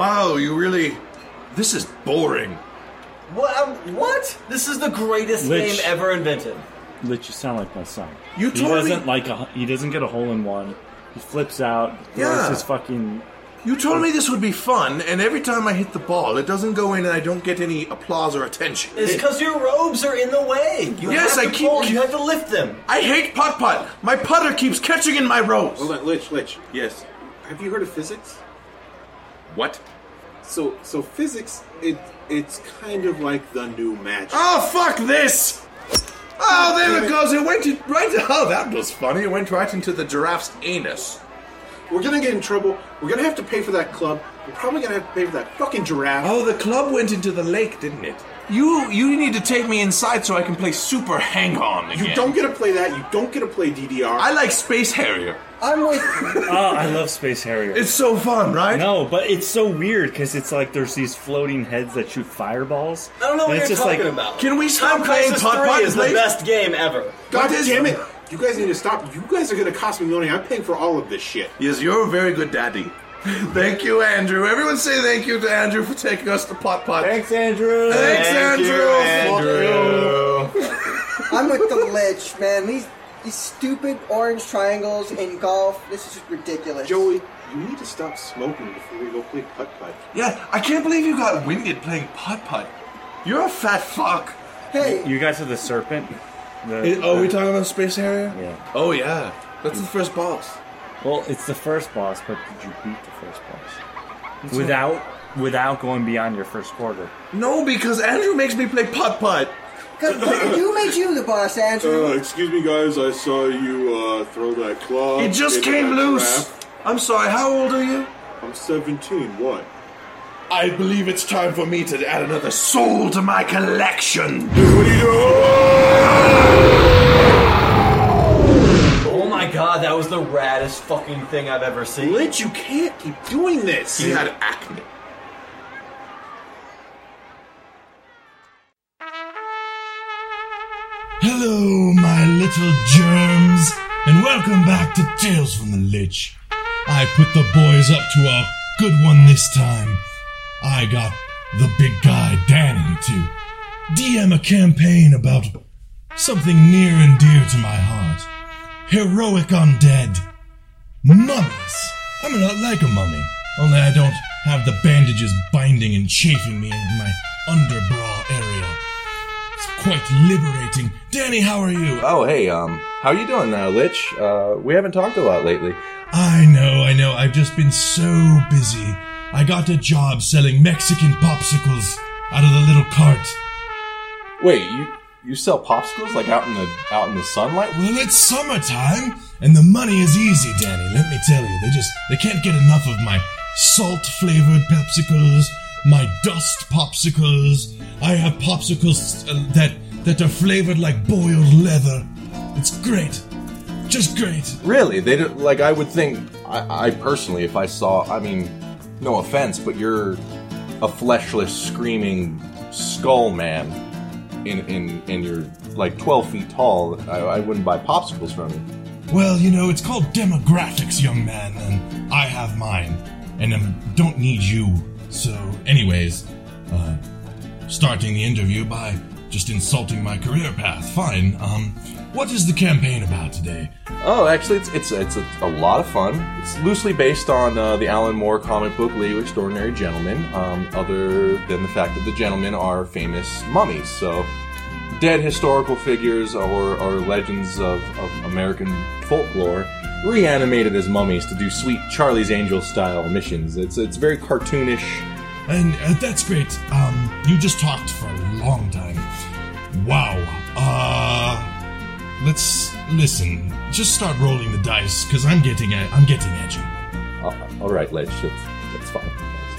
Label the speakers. Speaker 1: Oh, This is boring.
Speaker 2: What? um, what? This is the greatest
Speaker 3: Lich.
Speaker 2: game ever invented.
Speaker 3: Let you sound like my son.
Speaker 1: You
Speaker 3: he
Speaker 1: totally-
Speaker 3: doesn't like a. He doesn't get a hole in one. He flips out. Throws
Speaker 1: Yeah.
Speaker 3: his fucking.
Speaker 1: You told me this would be fun, and every time I hit the ball, it doesn't go in and I don't get any applause or attention.
Speaker 2: It's because your robes are in the way. You
Speaker 1: Yes,
Speaker 2: have
Speaker 1: I
Speaker 2: to
Speaker 1: keep-
Speaker 2: pull, You have to lift them.
Speaker 1: I hate putt putt. My putter keeps catching in my ropes.
Speaker 4: Hold on, Lich, Lich.
Speaker 1: Yes.
Speaker 4: Have you heard of physics?
Speaker 1: What?
Speaker 4: So, so physics, it it's kind of like the new magic.
Speaker 1: Oh, fuck this! Oh, there
Speaker 4: Damn
Speaker 1: it
Speaker 4: it.
Speaker 1: goes. It went to- right. Oh, that was funny. It went right into the giraffe's anus.
Speaker 4: We're gonna get in trouble. We're gonna have to pay for that club. We're probably gonna have to pay for that fucking giraffe.
Speaker 1: Oh, the club went into the lake, didn't it? You you need to take me inside so I can play Super Hang On again.
Speaker 4: you don't get to play that. You don't get to play DDR.
Speaker 1: I like Space Harrier.
Speaker 2: I'm with.
Speaker 3: Oh, I love Space Harrier.
Speaker 1: It's so fun, right?
Speaker 3: no, but it's so weird because it's like there's these floating heads that shoot fireballs.
Speaker 2: I don't know
Speaker 3: and
Speaker 2: what
Speaker 3: it's
Speaker 2: you're
Speaker 3: just
Speaker 2: talking
Speaker 3: like,
Speaker 2: about.
Speaker 1: Can we stop
Speaker 2: Time
Speaker 1: playing
Speaker 2: Crisis
Speaker 1: Putt Putt
Speaker 2: 3 is the
Speaker 1: Blake?
Speaker 2: best game ever.
Speaker 4: God
Speaker 1: What is-
Speaker 4: damn it! You guys need to stop. You guys are gonna cost me money. I'm paying for all of this shit.
Speaker 1: Yes, you're a very good daddy. thank you, Andrew. Everyone say thank you to Andrew for taking us to Pot Pot.
Speaker 3: Thanks, Andrew.
Speaker 1: Thanks,
Speaker 4: Thank
Speaker 1: Andrew.
Speaker 4: you, Andrew.
Speaker 5: I'm with the lich, man. These these stupid orange triangles in golf. This is just ridiculous.
Speaker 4: Joey, you need to stop smoking before we go play putt putt.
Speaker 1: Yeah, I can't believe you got winded playing Pot Pot. You're a fat fuck.
Speaker 5: hey,
Speaker 3: You guys are the serpent. The-
Speaker 1: oh, we talking about Space Harrier?
Speaker 3: Yeah.
Speaker 1: Oh, yeah. That's the first boss.
Speaker 3: Well, it's the first boss, but did you beat the first boss without without going beyond your first quarter?
Speaker 1: No, because Andrew makes me play Pot Pot.
Speaker 5: cause, who made you the boss, Andrew?
Speaker 4: Uh, excuse me, guys. I saw you uh, throw that club.
Speaker 1: It just came loose. I'm sorry, how old are you?
Speaker 4: I'm 17. What?
Speaker 1: I believe it's time for me to add another soul to my collection.
Speaker 4: What are you
Speaker 2: Oh my god, that was the raddest fucking thing I've ever seen.
Speaker 4: Lich, you can't keep doing this.
Speaker 1: He had acne.
Speaker 6: Hello, my little germs, and welcome back to Tales from the Lich. I put the boys up to a good one this time. I got the big guy Danny to DM a campaign about something near and dear to my heart heroic undead. Mummies. I'm not like a mummy, only I don't have the bandages binding and chafing me in my underbrow area. It's quite liberating. Danny, how are you?
Speaker 7: Oh, hey, um, how you doing, uh, Lich? Uh, we haven't talked a lot lately.
Speaker 6: I know, I know. I've just been so busy. I got a job selling Mexican popsicles out of the little cart.
Speaker 7: Wait, you you sell popsicles like out in the out in the sunlight?
Speaker 6: Well, it's summertime, and the money is easy, Danny. Let me tell you, they just they can't get enough of my salt-flavored popsicles, my dust popsicles. I have popsicles uh, that that are flavored like boiled leather. It's great, just great.
Speaker 7: Really? They don't, like I would think. I, I personally, if I saw, I mean, no offense, but you're a fleshless, screaming skull man, in in and you're like twelve feet tall. I, I wouldn't buy popsicles from you.
Speaker 6: Well, you know, it's called demographics, young man, and I have mine, and I don't need you. So, anyways, uh, starting the interview by just insulting my career path. Fine. Um, what is the campaign about today?
Speaker 7: Oh, actually, it's it's it's a, a lot of fun. It's loosely based on uh, the Alan Moore comic book *League of Extraordinary Gentlemen*. Um, other than the fact that the gentlemen are famous mummies, so dead historical figures or, or legends of, of American folklore reanimated as mummies to do sweet Charlie's Angels style missions. It's it's very cartoonish.
Speaker 6: And uh, that's great. Um, you just talked for a long time. Wow. Uh, let's listen. Just start rolling the dice, cause I'm getting a, I'm getting edgy.
Speaker 7: Uh, all right, Ledge, that's, that's fine.